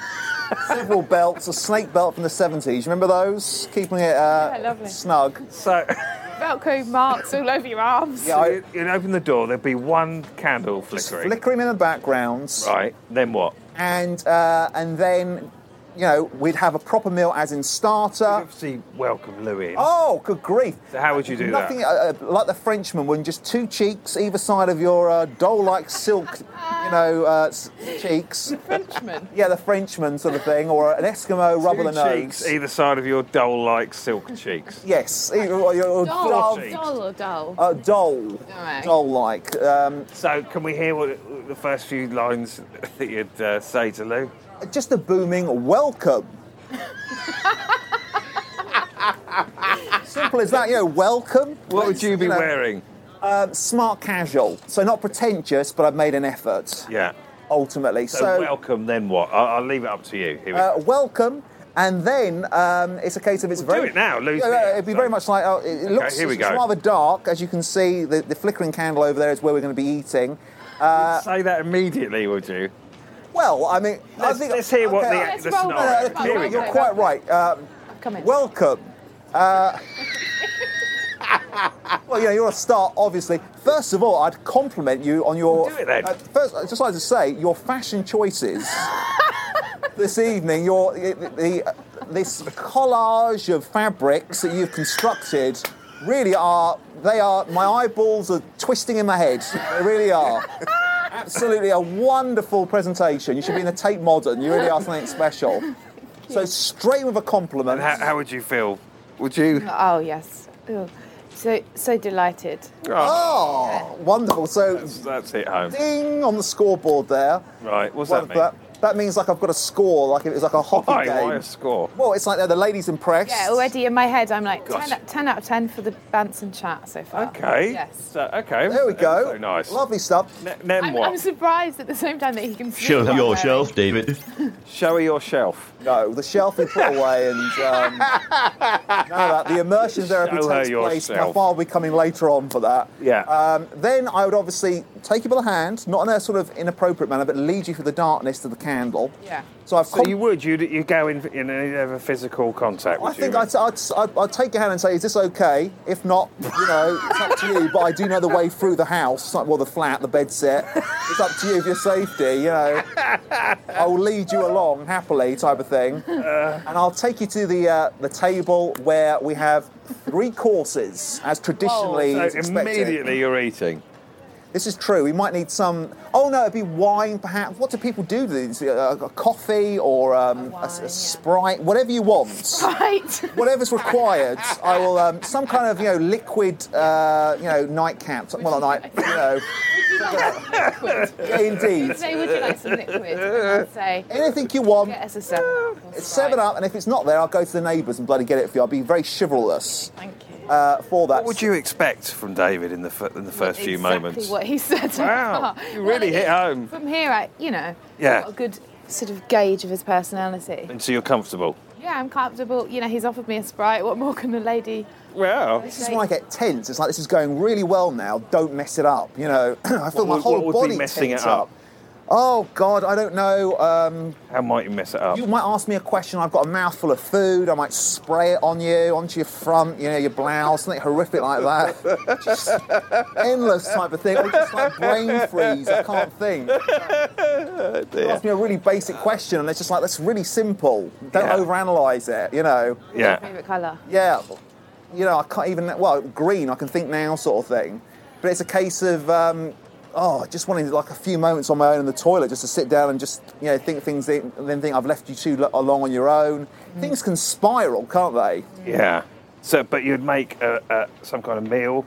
C: Several belts, a snake belt from the 70s. Remember those? Keeping it uh,
D: Yeah, lovely.
C: snug.
B: So,
D: that. Velcro marks all over your arms.
C: Yeah, I,
B: you- you'd open the door, there'd be one candle flickering.
C: flickering in the background.
B: Right, then what?
C: and uh, and then you know, we'd have a proper meal as in starter.
B: Obviously, welcome Louis. in.
C: Oh, good grief.
B: So how would you do
C: Nothing,
B: that?
C: Uh, uh, like the Frenchman, when just two cheeks either side of your uh, doll-like silk, you know, uh, s- cheeks.
D: Frenchman.
C: Yeah, the Frenchman sort of thing, or an Eskimo rubber the
B: Two
C: nose.
B: cheeks either side of your doll-like silk cheeks.
C: Yes, either, or your or
D: Doll,
B: cheeks.
D: doll or doll?
C: uh, doll,
D: Alright.
C: doll-like. Um,
B: So, can we hear what the first few lines that you'd uh, say to Lou?
C: just a booming welcome. Simple as that, you know, welcome.
B: What would you be
C: know,
B: wearing?
C: uh, smart casual, so not pretentious, but I've made an effort.
B: Yeah.
C: Ultimately,
B: So, welcome, then what? I'll, I'll leave it up to you. Here we
C: uh,
B: go.
C: welcome. And then um, it's a case of it's
B: Well, do
C: very.
B: it now, lose
C: Yeah,
B: me.
C: yeah, it'd be very much like oh, it, it looks
B: here we
C: it's
B: go.
C: rather dark, as you can see. The, the flickering candle over there is where we're going to be eating.
B: Say that immediately, would you?
C: Well, I mean,
B: Let's,
C: I think
B: let's hear what
C: okay,
B: the,
C: I-
D: Let's
B: the
D: roll
C: no, no,
B: scenario.
D: with it.
C: no,
B: Here we
C: you're
B: go.
C: quite right. Um,
D: Come in.
C: welcome. Uh, well, you know, you're a star, obviously. First of all, I'd compliment you on your.
B: Do it then.
C: Uh, first, I'd just like to say your fashion choices this evening. Your the, the this collage of fabrics that you've constructed really are they are my eyeballs are twisting in my head. They really are. Absolutely a wonderful presentation. You should be in the Tate Modern. You really are something special. So straight with a compliment.
B: And how, how would you feel? Would you?
D: Oh yes. Ooh. So so delighted.
C: Oh, wonderful. So
B: That's it, home.
C: ding on the scoreboard there.
B: Right, what's
C: Well,
B: that mean?
C: that means like I've got a score, like it was like a hockey
B: Why?
C: game.
B: Why a score?
C: Well, it's like they're the ladies impressed.
D: Yeah, already in my head, I'm like
B: Gosh.
D: 10, out- 10 out of 10 for the Banson chat so far.
B: Okay.
D: Yes.
B: So, okay.
C: There we go.
B: So nice.
C: Lovely stuff.
B: N- then
D: I'm,
B: what?
D: I'm surprised at the same time that he can see
E: Show
D: what I'm
E: your
D: wearing.
E: shelf, David.
B: Show her your shelf.
C: No, the shelf is put away, and um, none of that. the immersion therapy
B: Show her
C: takes place. My
B: yourself.
C: father will be coming later on for that.
B: Yeah.
C: Um, then I would obviously take you by the hand, not in a sort of inappropriate manner, but lead you through the darkness to the candle.
D: Yeah.
C: So I've.
B: So
C: com-
B: you would you you go in in a, have a physical contact? Would
C: I think
B: you?
C: I'd, I'd, I'd, I'd take your hand and say, "Is this okay? If not, you know, it's up to you. But I do know the way through the house, like, well, the flat, the bed set. It's up to you for your safety. You know, I will lead you along happily, type of thing.
B: Uh.
C: and I'll take you to the uh, the table where we have three courses, as traditionally is
B: so
C: expected.
B: immediately you're eating.
C: This is true. We might need some. Oh no, it'd be wine, perhaps. What do people do? to these? Uh, a coffee or um, a,
D: wine,
C: a
D: yeah.
C: sprite, whatever you want
D: Right.
C: whatever's required, I will um, some kind of you know liquid uh, you know nightcap. Well, not night, you know. Yeah, indeed.
D: Say, would you like some liquid? And I'd say,
C: Anything you want,
D: get us a seven. Or
C: it's seven
D: Sprite.
C: up, and if it's not there, I'll go to the neighbours and bloody get it for you. I'll be very chivalrous
D: Thank you.
C: uh, for that.
B: What would you expect from David in the fir- in the first few
D: exactly
B: moments?
D: what he said. so
B: Wow,
D: far.
B: you really
D: Well,
B: hit
D: it-
B: home.
D: From here, I, you know,
B: Yeah.
D: I've got a good sort of gauge of his personality.
B: And so you're comfortable.
D: Yeah, I'm comfortable. You know, he's offered me a sprite. What more can the lady?
B: Well,
C: This is when I get tense. It's like this is going really well now. Don't mess it up. You know, I feel
B: What
C: my
B: would-
C: whole
B: what would be
C: body
B: messing
C: tense
B: it up?
C: Oh God, I don't know. Um,
B: how might you mess it up?
C: You might ask me a question. I've got a mouthful of food. I might spray it on you, onto your front, you know, your blouse, something horrific like that. Just endless type of thing. Or just like brain freeze. I can't think. You ask me a really basic question, and it's just like that's really simple. Don't
B: Yeah.
C: overanalyze it. You know.
B: yeah.
D: Favorite colour.
C: Yeah. You know, I can't even. Well, green. I can think now, sort of thing. But it's a case of. Um, Oh, just wanting like a few moments on my own in the toilet, just to sit down and just you know think things, in- and then think I've left you too lo- along on your own. Things can spiral, can't they?
B: Mm-hmm. Yeah. So, but you'd make uh, uh, some kind of meal.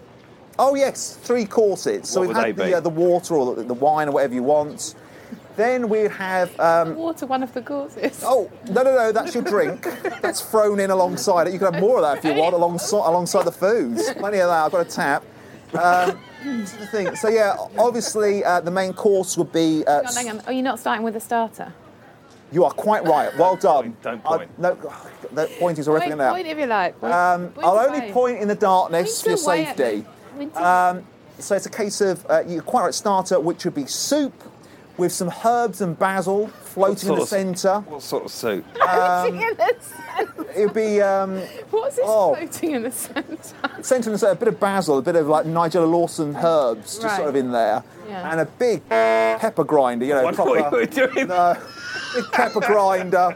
C: Oh yes, three courses. So
B: What
C: we've
B: would
C: had
B: they
C: the,
B: be?
C: Uh, the water or the, the wine or whatever you want. Then we'd have um,
D: Water, one of the courses.
C: oh no no no that's your drink that's thrown in alongside it. You can have more of that if you want alongside alongside the food. Plenty of that. I've got a tap. Um, sort of thing. So yeah, obviously uh, the main course would be. Uh,
D: Hang on, hang on. Oh, you're not starting with a starter.
C: You are quite right. Well done.
B: point, don't
C: I-
B: point.
C: no, that point is horrific
D: Point,
C: now.
D: point if you like. Point,
C: Um,
D: point
C: I'll
D: away.
C: only point in the darkness for your
D: Point away at
C: safety.
D: me. Point
C: Um, so it's a case of uh, you quite right starter, which would be soup with some herbs and basil floating in
B: What
C: the
B: sort of-
C: centre.
B: What sort of soup?
D: Ridiculous.
C: It would be um,
D: What's this
C: oh.
D: floating in the centre?
C: centre and centre, a bit of basil, a bit of like Nigella Lawson herbs, just
D: Right.
C: sort of in there,
D: Yeah.
C: and a big pepper grinder. You know,
B: What
C: Uh, proper.
B: were you doing?
C: No. the pepper grinder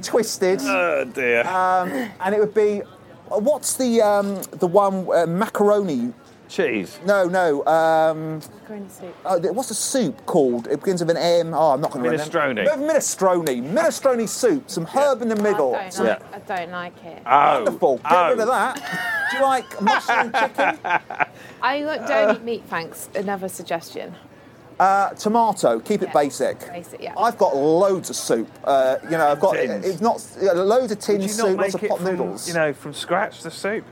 C: twisted.
B: Oh dear.
C: Um, and it would be, uh, what's the um, the one uh, macaroni?
B: Cheese.
C: No, no. Um,
D: Macaroni soup.
C: uh, th- what's the soup called? It begins with an M. Oh, I'm not going to
B: Minestrone.
C: remember. Minestrone. Minestrone soup. Some herb in the middle.
D: I, don't like, I don't like it.
B: Oh.
C: Wonderful. Get
B: oh.
C: rid of that. Do you like mushroom chicken?
D: I got- don't eat meat, thanks. Another suggestion.
C: Uh, tomato. Keep it
D: Yeah.
C: basic.
D: Basic, yeah.
C: I've got loads of soup. Uh, you know, I've got
B: Tins.
C: it's not yeah, loads of tin
B: Would you not make
C: soup, lots of
B: it
C: pot
B: from,
C: noodles.
B: You know, from scratch the soup.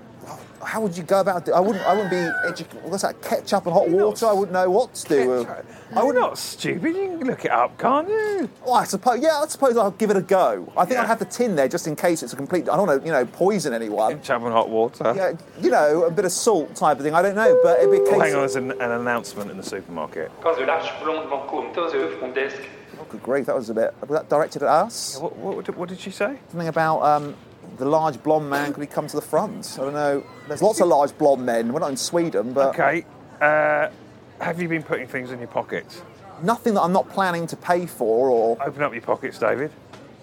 C: How would you go about it? I wouldn't. I wouldn't be. Edu- what's that? Ketchup and hot
B: You're not
C: water. I wouldn't know what to do. with-
B: I would not stupid. You can look it up, can't you?
C: Well, I suppose. Yeah, I suppose I'll give it a go. I think
B: Yeah.
C: I'd have the tin there just in case it's a complete. I don't want to, you know, poison anyone.
B: Chub and hot water.
C: Yeah, you know, a bit of salt type of thing. I don't know, but it'd be a
B: Oh,
C: case.
B: hang on, there's an, an announcement in the supermarket.
G: Cause de larges blondes vont courtes et font d'esque.
C: Oh, good grief, that was a bit. Was that directed at us?
B: What, what, did- what did she say?
C: Something about um, the large blonde man could he come to the front? I don't know. There's lots of large blonde men. We're not in Sweden, but
B: Okay. Uh, have you been putting things in your pockets?
C: nothing that I'm not planning to pay for, or
B: Open up your pockets, David.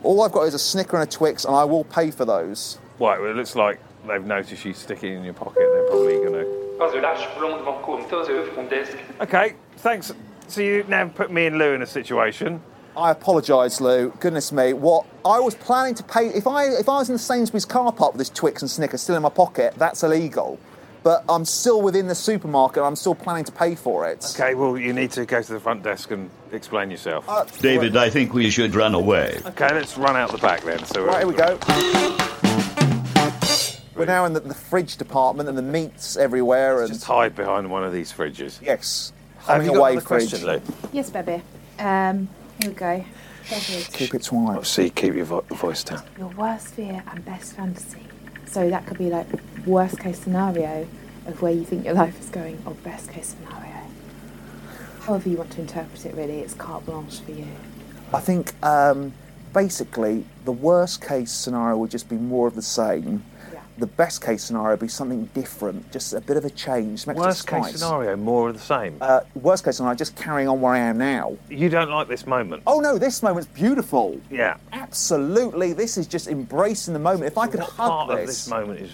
C: all I've got is a Snicker and a Twix, and I will pay for those.
B: Right, well, it looks like they've noticed you sticking it in your pocket. They're probably going to.
G: Cause de larges blondes vont courtes et font d'esque.
B: Okay, thanks. So you now put me and Lou in a situation.
C: I apologise, Lou. Goodness me, what I was planning to pay if I if I was in the Sainsbury's car park with this Twix and Snicker still in my pocket, that's illegal. But I'm still within the supermarket. and I'm still planning to pay for it.
B: Okay, well, you need to go to the front desk and explain yourself.
E: David, I think we should run away.
B: Uh, okay, let's run out the back then. So
C: Right, here we go. We're now in the, the fridge department and the meats everywhere and
B: Just hide behind one of these fridges.
C: yes,
B: Have
C: humming
B: you got
C: away
B: another
C: fridge.
B: question, Lou?
D: Yes, baby. Um, here we go. David,
C: Keep it quiet.
B: See, keep your vo- voice down.
D: your worst fear and best fantasy. So that could be like worst case scenario of where you think your life is going, or best case scenario. However you want to interpret it, really, it's carte blanche for you.
C: I think um, basically the worst case scenario would just be more of the same.
D: Yeah.
C: The best case scenario would be something different, just a bit of a change. some extra
B: Worst case
C: spice.
B: scenario, more of the same.
C: Uh, worst case scenario, just carrying on where I am now.
B: you don't like this moment.
C: Oh no, this moment's beautiful.
B: Yeah.
C: Absolutely, this is just embracing the moment. If I could
B: What
C: hug
B: part
C: this,
B: of this moment is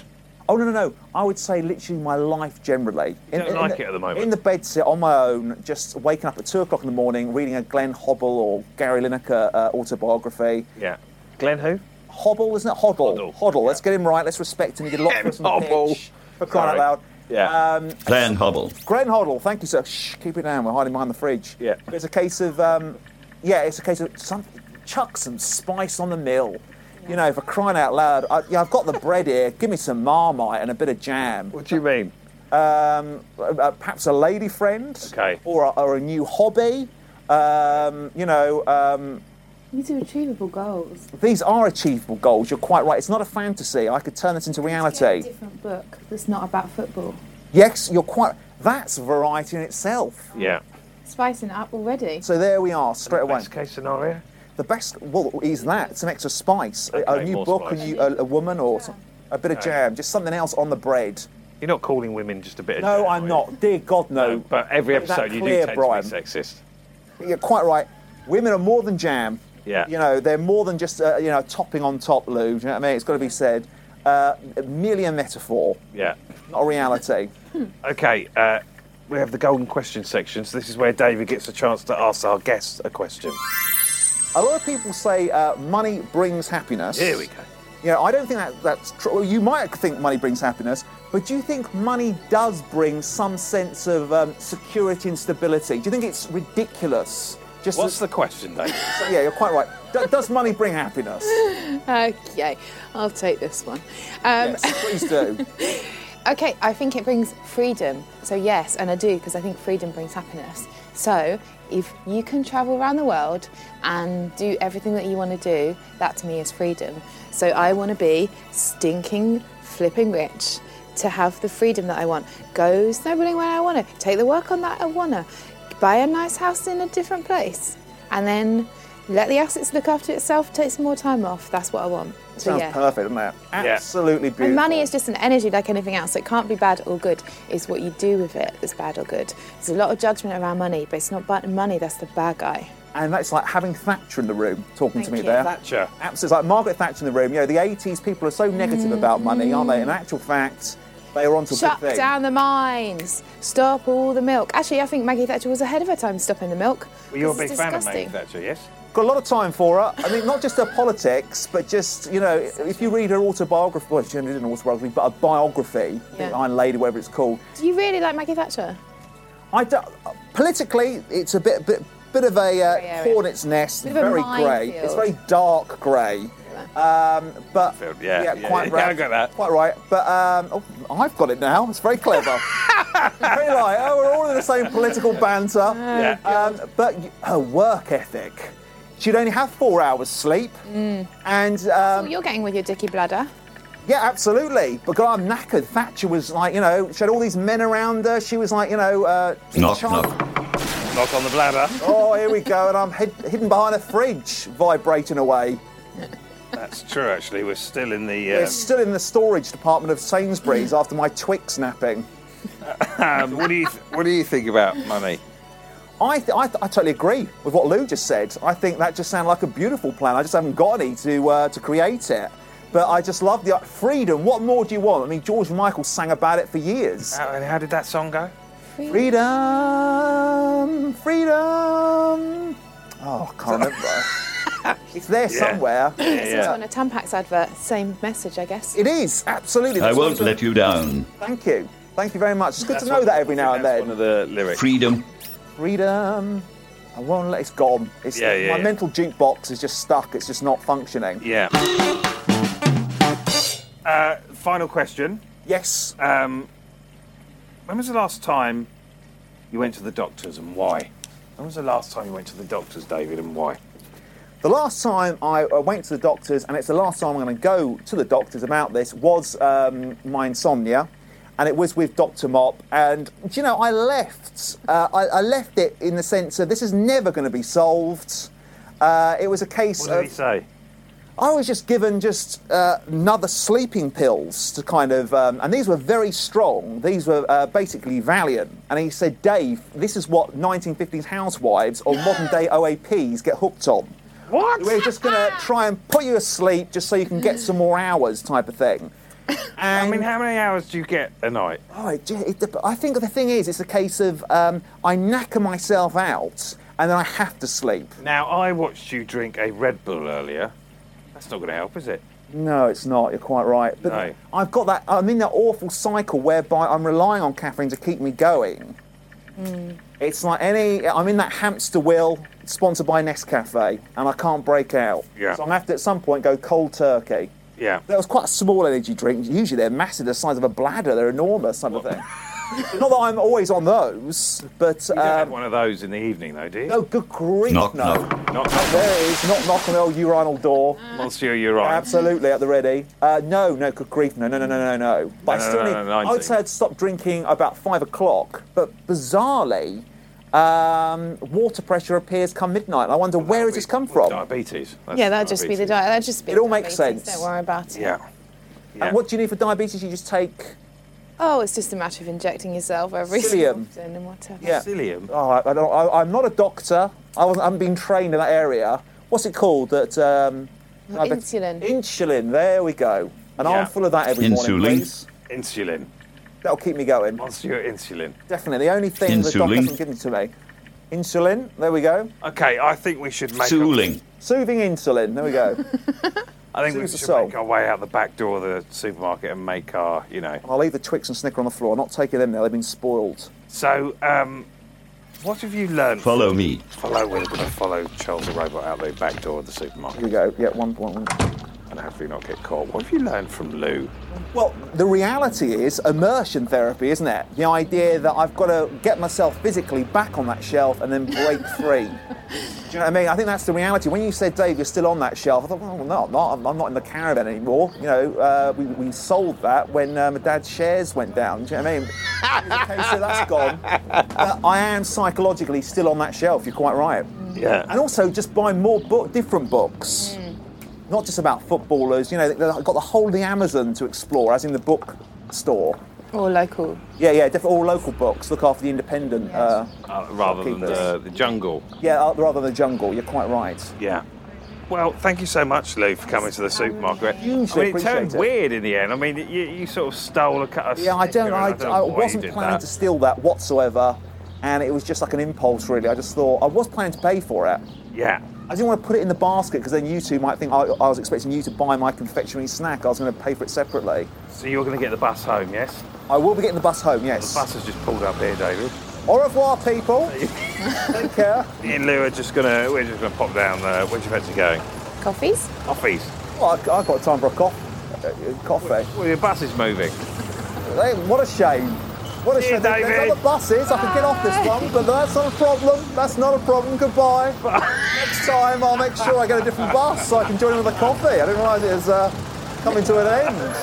C: oh no, no, no, I would say literally my life generally.
B: don't like it at the moment.
C: In the bed sit on my own, just waking up at two o'clock in the morning, reading a Glenn Hobble or Gary Lineker uh, autobiography.
B: yeah. Glenn, who?
C: Hobble, isn't it? Hoddle.
B: Hoddle,
C: Let's get him right. Let's respect him. He did a lot for us on the
B: Hobble.
C: pitch. For crying out
B: Sorry.
C: loud.
B: Yeah.
C: Um,
E: Glenn Hubble.
C: Glenn Hoddle, thank you, sir. Shh, keep it down. We're hiding behind the fridge.
B: Yeah.
C: It's a case of, um, yeah, it's a case of some, chuck some spice on the mill. You know, for crying out loud, I, yeah, I've got the bread here. Give me some marmite and a bit of jam.
B: What do you mean?
C: Um, uh, perhaps a lady friend.
B: Okay.
C: Or a, or a new hobby. Um, you know, um,
D: These are achievable goals.
C: these are achievable goals. You're quite right. It's not a fantasy. I could turn this into
D: A
C: reality.
D: different book that's not about football.
C: Yes, you're quite. That's variety in itself.
B: Yeah.
D: Spicing it up already.
C: So there we are, straight away.
B: Best case scenario?
C: The best, well, is that some extra spice, A-
B: Okay,
C: a new
B: more
C: book, a,
B: spice.
C: new, a, a woman, or some, a bit of jam, just something else on the bread.
B: You're not calling women just a bit of
C: No,
B: jam, are
C: I'm
B: you?
C: not. Dear God, no.
B: No, but every
C: Make that
B: episode you do
C: clear,
B: tend
C: Brian.
B: to be sexist.
C: You're quite right. Women are more than jam.
B: Yeah.
C: You know, they're more than just uh, you know topping on top, Lou. Do you know what I mean? It's got to be said. Uh, merely a metaphor,
B: Yeah.
C: not a reality.
B: Okay, uh, we have the golden question section, so this is where David gets a chance to ask our guests a question.
C: a lot of people say uh, money brings happiness.
B: Here we go.
C: You know, I don't think that, that's true. Well, you might think money brings happiness, but do you think money does bring some sense of um, security and stability? Do you think it's ridiculous? Just
B: What's the question, David?
C: yeah, you're quite right. Do, does money bring happiness?
D: Okay, I'll take this one. Um,
C: yes, please do.
D: Okay, I think it brings freedom. So, yes, and I do, because I think freedom brings happiness. So, if you can travel around the world and do everything that you want to do, that to me is freedom. So, I want to be stinking, flipping rich to have the freedom that I want. Go snowboarding when I want to, take the work on that I want to, buy a nice house in a different place, and then Let the assets look after itself. Take some more time off. That's what I want. So
C: Sounds
D: yeah.
C: perfect, doesn't it? Absolutely beautiful.
D: And money is just an energy like anything else. It can't be bad or good. It's what you do with it that's bad or good. There's a lot of judgment around money, but it's not bad money that's the bad guy.
C: And that's like having Thatcher in the room talking to
D: Thank
C: me
D: you.
C: there.
B: Thatcher.
C: Absolutely. It's like Margaret Thatcher in the room. You know, the 80s people are so negative about money, aren't they? In actual fact, they are onto a
D: Mm. Shut
C: big thing.
D: down the mines. Stop all the milk. Actually, I think Maggie Thatcher was ahead of her time stopping the milk.
B: Well, you're a big
D: This is
B: fan of Maggie
D: disgusting.
B: Thatcher, yes?
C: Got a lot of time for her. I mean, not just her politics, but just, you know, if you read her autobiography, well, she didn't an autobiography, but a biography,
D: Yeah.
C: The Iron Lady, whatever it's called.
D: Do you really like Maggie Thatcher?
C: I don't, politically, it's a bit, bit, bit of a uh,
D: area.
C: hornet's nest,
D: Bit of a
C: very grey.
D: minefield.
C: It's very dark grey. Um, but
B: yeah, yeah,
C: quite
B: yeah,
C: right.
B: I got that.
C: Quite right. But um, oh, I've got it now. It's very clever. It's very like, oh, we're all in the same political banter.
D: Oh,
C: Um, but y- her work ethic. She'd only have four hours sleep,
D: Mm.
C: and um,
D: Well, you're getting with your dicky bladder.
C: yeah, absolutely. But God, I'm knackered. Thatcher was like, you know, she had all these men around her. She was like, you know, uh,
E: Knock,
C: char-
E: knock.
B: Knock on the bladder.
C: Oh, here we go, and I'm hid- hidden behind a fridge, vibrating away.
B: That's true, actually. We're still in the.
C: It's
B: Uh,
C: still in the storage department of Sainsbury's after my twig snapping.
B: um, what do you th- What do you think about money?
C: I, th- I, th- I totally agree with what Lou just said. I think that just sounded like a beautiful plan. I just haven't got any to uh, to create it. But I just love the uh, freedom. What more do you want? I mean, George Michael sang about it for years.
B: How, and how did that song go?
C: Freedom, freedom. Oh, I can't remember. it's there
B: Yeah.
C: somewhere.
D: It's also on a Tampax advert. Same message, I guess.
C: It is absolutely.
E: I
C: That's
E: won't
C: awesome.
E: let you down.
C: Thank you. Thank you very much. It's good to know that every now and then.
B: One of the lyrics.
E: Freedom.
C: Freedom. I won't let. It's gone. It's,
B: Yeah, yeah,
C: my
B: yeah.
C: mental jukebox is just stuck. It's just not functioning.
B: Yeah. Uh, final question.
C: Yes.
B: Um, when was the last time you went to the doctors and why? When was the last time you went to the doctors, David, and why?
C: The last time I uh, went to the doctors, and it's the last time I'm going to go to the doctors about this, was um, my insomnia, and it was with Doctor Mop. And do you know, I left. Uh, I, I left it in the sense of this is never going to be solved. Uh, it was a case
B: What did
C: of
B: he say?
C: I was just given just uh, another sleeping pills to kind of, um, and these were very strong. These were uh, basically Valiant. And he said, Dave, this is what 1950s housewives or modern day OAPs get hooked on.
B: What?
C: We're just going to try and put you asleep just so you can get some more hours, type of thing. And
B: I mean, how many hours do you get a night?
C: Oh, it, ju- it, dep- I think the thing is, it's a case of um, I knacker myself out and then I have to sleep.
B: Now, I watched you drink a Red Bull earlier. That's not going to help, is it?
C: No, it's not. You're quite right. But
B: No.
C: I've got that. I'm in that awful cycle whereby I'm relying on Catherine to keep me going. It's like any. I'm in that hamster wheel sponsored by Nescafe, and I can't break out.
B: Yeah.
C: So I have to at some point go cold turkey.
B: Yeah.
C: That was quite a small energy drink. Usually they're massive, the size of a bladder. They're enormous, type of thing. Not that I'm always on those, but
B: You don't have
C: um,
B: one of those in the evening, though, do you?
C: no good grief,
E: Knock,
C: no.
E: knock.
B: Not, not
C: There it is knock knock on the old urinal door.
B: Monsieur, you're right.
C: Absolutely at the ready. Uh, no, no, good grief, no, no, no, no, no, no. But
B: No,
C: I
B: no,
C: still
B: no,
C: need.
B: no, no,
C: I
B: 19.
C: would say I'd stopped drinking about five o'clock, but bizarrely, um, water pressure appears come midnight. I wonder where has this come from.
B: Diabetes. That's
D: yeah, that'd just be the
B: diabetes.
D: diet. That'd just be.
C: It
D: the
C: all makes
D: diabetes,
C: sense.
D: Don't worry about it.
B: Yeah. yeah.
C: And what do you need for diabetes? You just take.
D: Oh, it's just a matter of injecting yourself every so
C: Psyllium.
D: often and whatever.
C: Yeah.
B: Psyllium?
C: Oh, I, I don't. I, I'm not a doctor. I wasn't. I haven't been trained in that area. What's it called? That. Um, diabet-
D: insulin.
C: Insulin. There we go. An
B: Yeah.
C: armful of that every
E: Insulin.
C: morning, please.
B: Insulin.
C: That'll keep me going.
B: Monsieur Insulin.
C: Definitely. The only thing the doctor
E: Insulin.
C: hasn't given to me. Insulin, there we go.
B: Okay, I think we should make.
E: Sooling.
C: Soothing insulin, there we go.
B: I think we
C: Soothes the
B: should
C: soul.
B: make our way out the back door of the supermarket and make our, you know.
C: I'll leave the Twix and Snicker on the floor. I'm not taking them there, they've been spoiled.
B: So, um, what have you learned?
E: Follow me.
B: Follow. We're going to follow Charles the robot out the back door of the supermarket.
C: Here we go. Yeah, one, one, one.
F: and hopefully not get caught. What have you learned from Lou?
C: Well, the reality is immersion therapy, isn't it? The idea that I've got to get myself physically back on that shelf and then break free. Do you know what I mean? I think that's the reality. When you said, Dave, you're still on that shelf, I thought, well, no, I'm not. I'm- I'm not in the caravan anymore. You know, uh, we, we sold that when uh, my dad's shares went down. Do you know what I mean? okay, so that's gone. But I am psychologically still on that shelf. You're quite right.
B: Yeah.
C: And also, just buy more book, different books not just about footballers. You know, they've got the whole of the Amazon to explore, as in the book store.
D: Or local.
C: Yeah, yeah, definitely all local books. Look after the independent. Uh,
F: Uh, rather than the,
C: Shopkeepers.
F: the jungle.
C: yeah, uh, rather than the jungle. You're quite right.
B: Yeah. Well, thank you so much, Lou, for coming to the supermarket.
C: Hugely
B: I mean, it turned
C: appreciate it.
B: weird in the end. I mean, you, you sort of stole a cut of
C: Yeah, I don't.
B: Snicker,
C: I,
B: and don't know
C: I
B: why you
C: wasn't
B: did
C: planning
B: that.
C: to steal that whatsoever, and it was just like an impulse, really. I just thought I was planning to pay for it.
B: Yeah.
C: I didn't want to put it in the basket because then you two might think I, I was expecting you to buy my confectionery snack. I was going to pay for it separately.
B: So you're going to get the bus home, yes?
C: I will be getting the bus home.
B: The
C: Yes.
B: bus has just pulled up here, David.
C: Au revoir, people. Take care.
B: Me and Lou are just going to. We're just going to pop down. Uh, where do you fancy going?
D: Coffees?
B: Coffees.
C: Well, Oh, I, I've got time for a coffee. coffee.
B: Well, your bus is moving.
C: Hey, what a shame. What a
B: See you,
C: shame. There's
B: David.
C: other buses. I could get off this one, but that's not a problem. That's not a problem. Goodbye. Next time, I'll make sure I get a different bus so I can join in with a coffee. I didn't realise it was uh, coming to an end.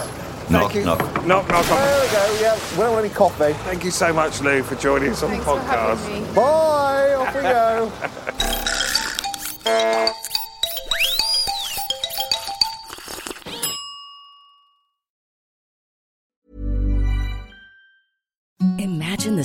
E: Knock,
B: you.
E: knock.
B: Knock, knock on.
C: There we go. Yeah, we don't want any coffee.
B: Thank you so much, Lou, for joining us on
D: Thanks
B: the
D: for
B: podcast.
D: having me.
C: Bye. Off we go.
H: Imagine the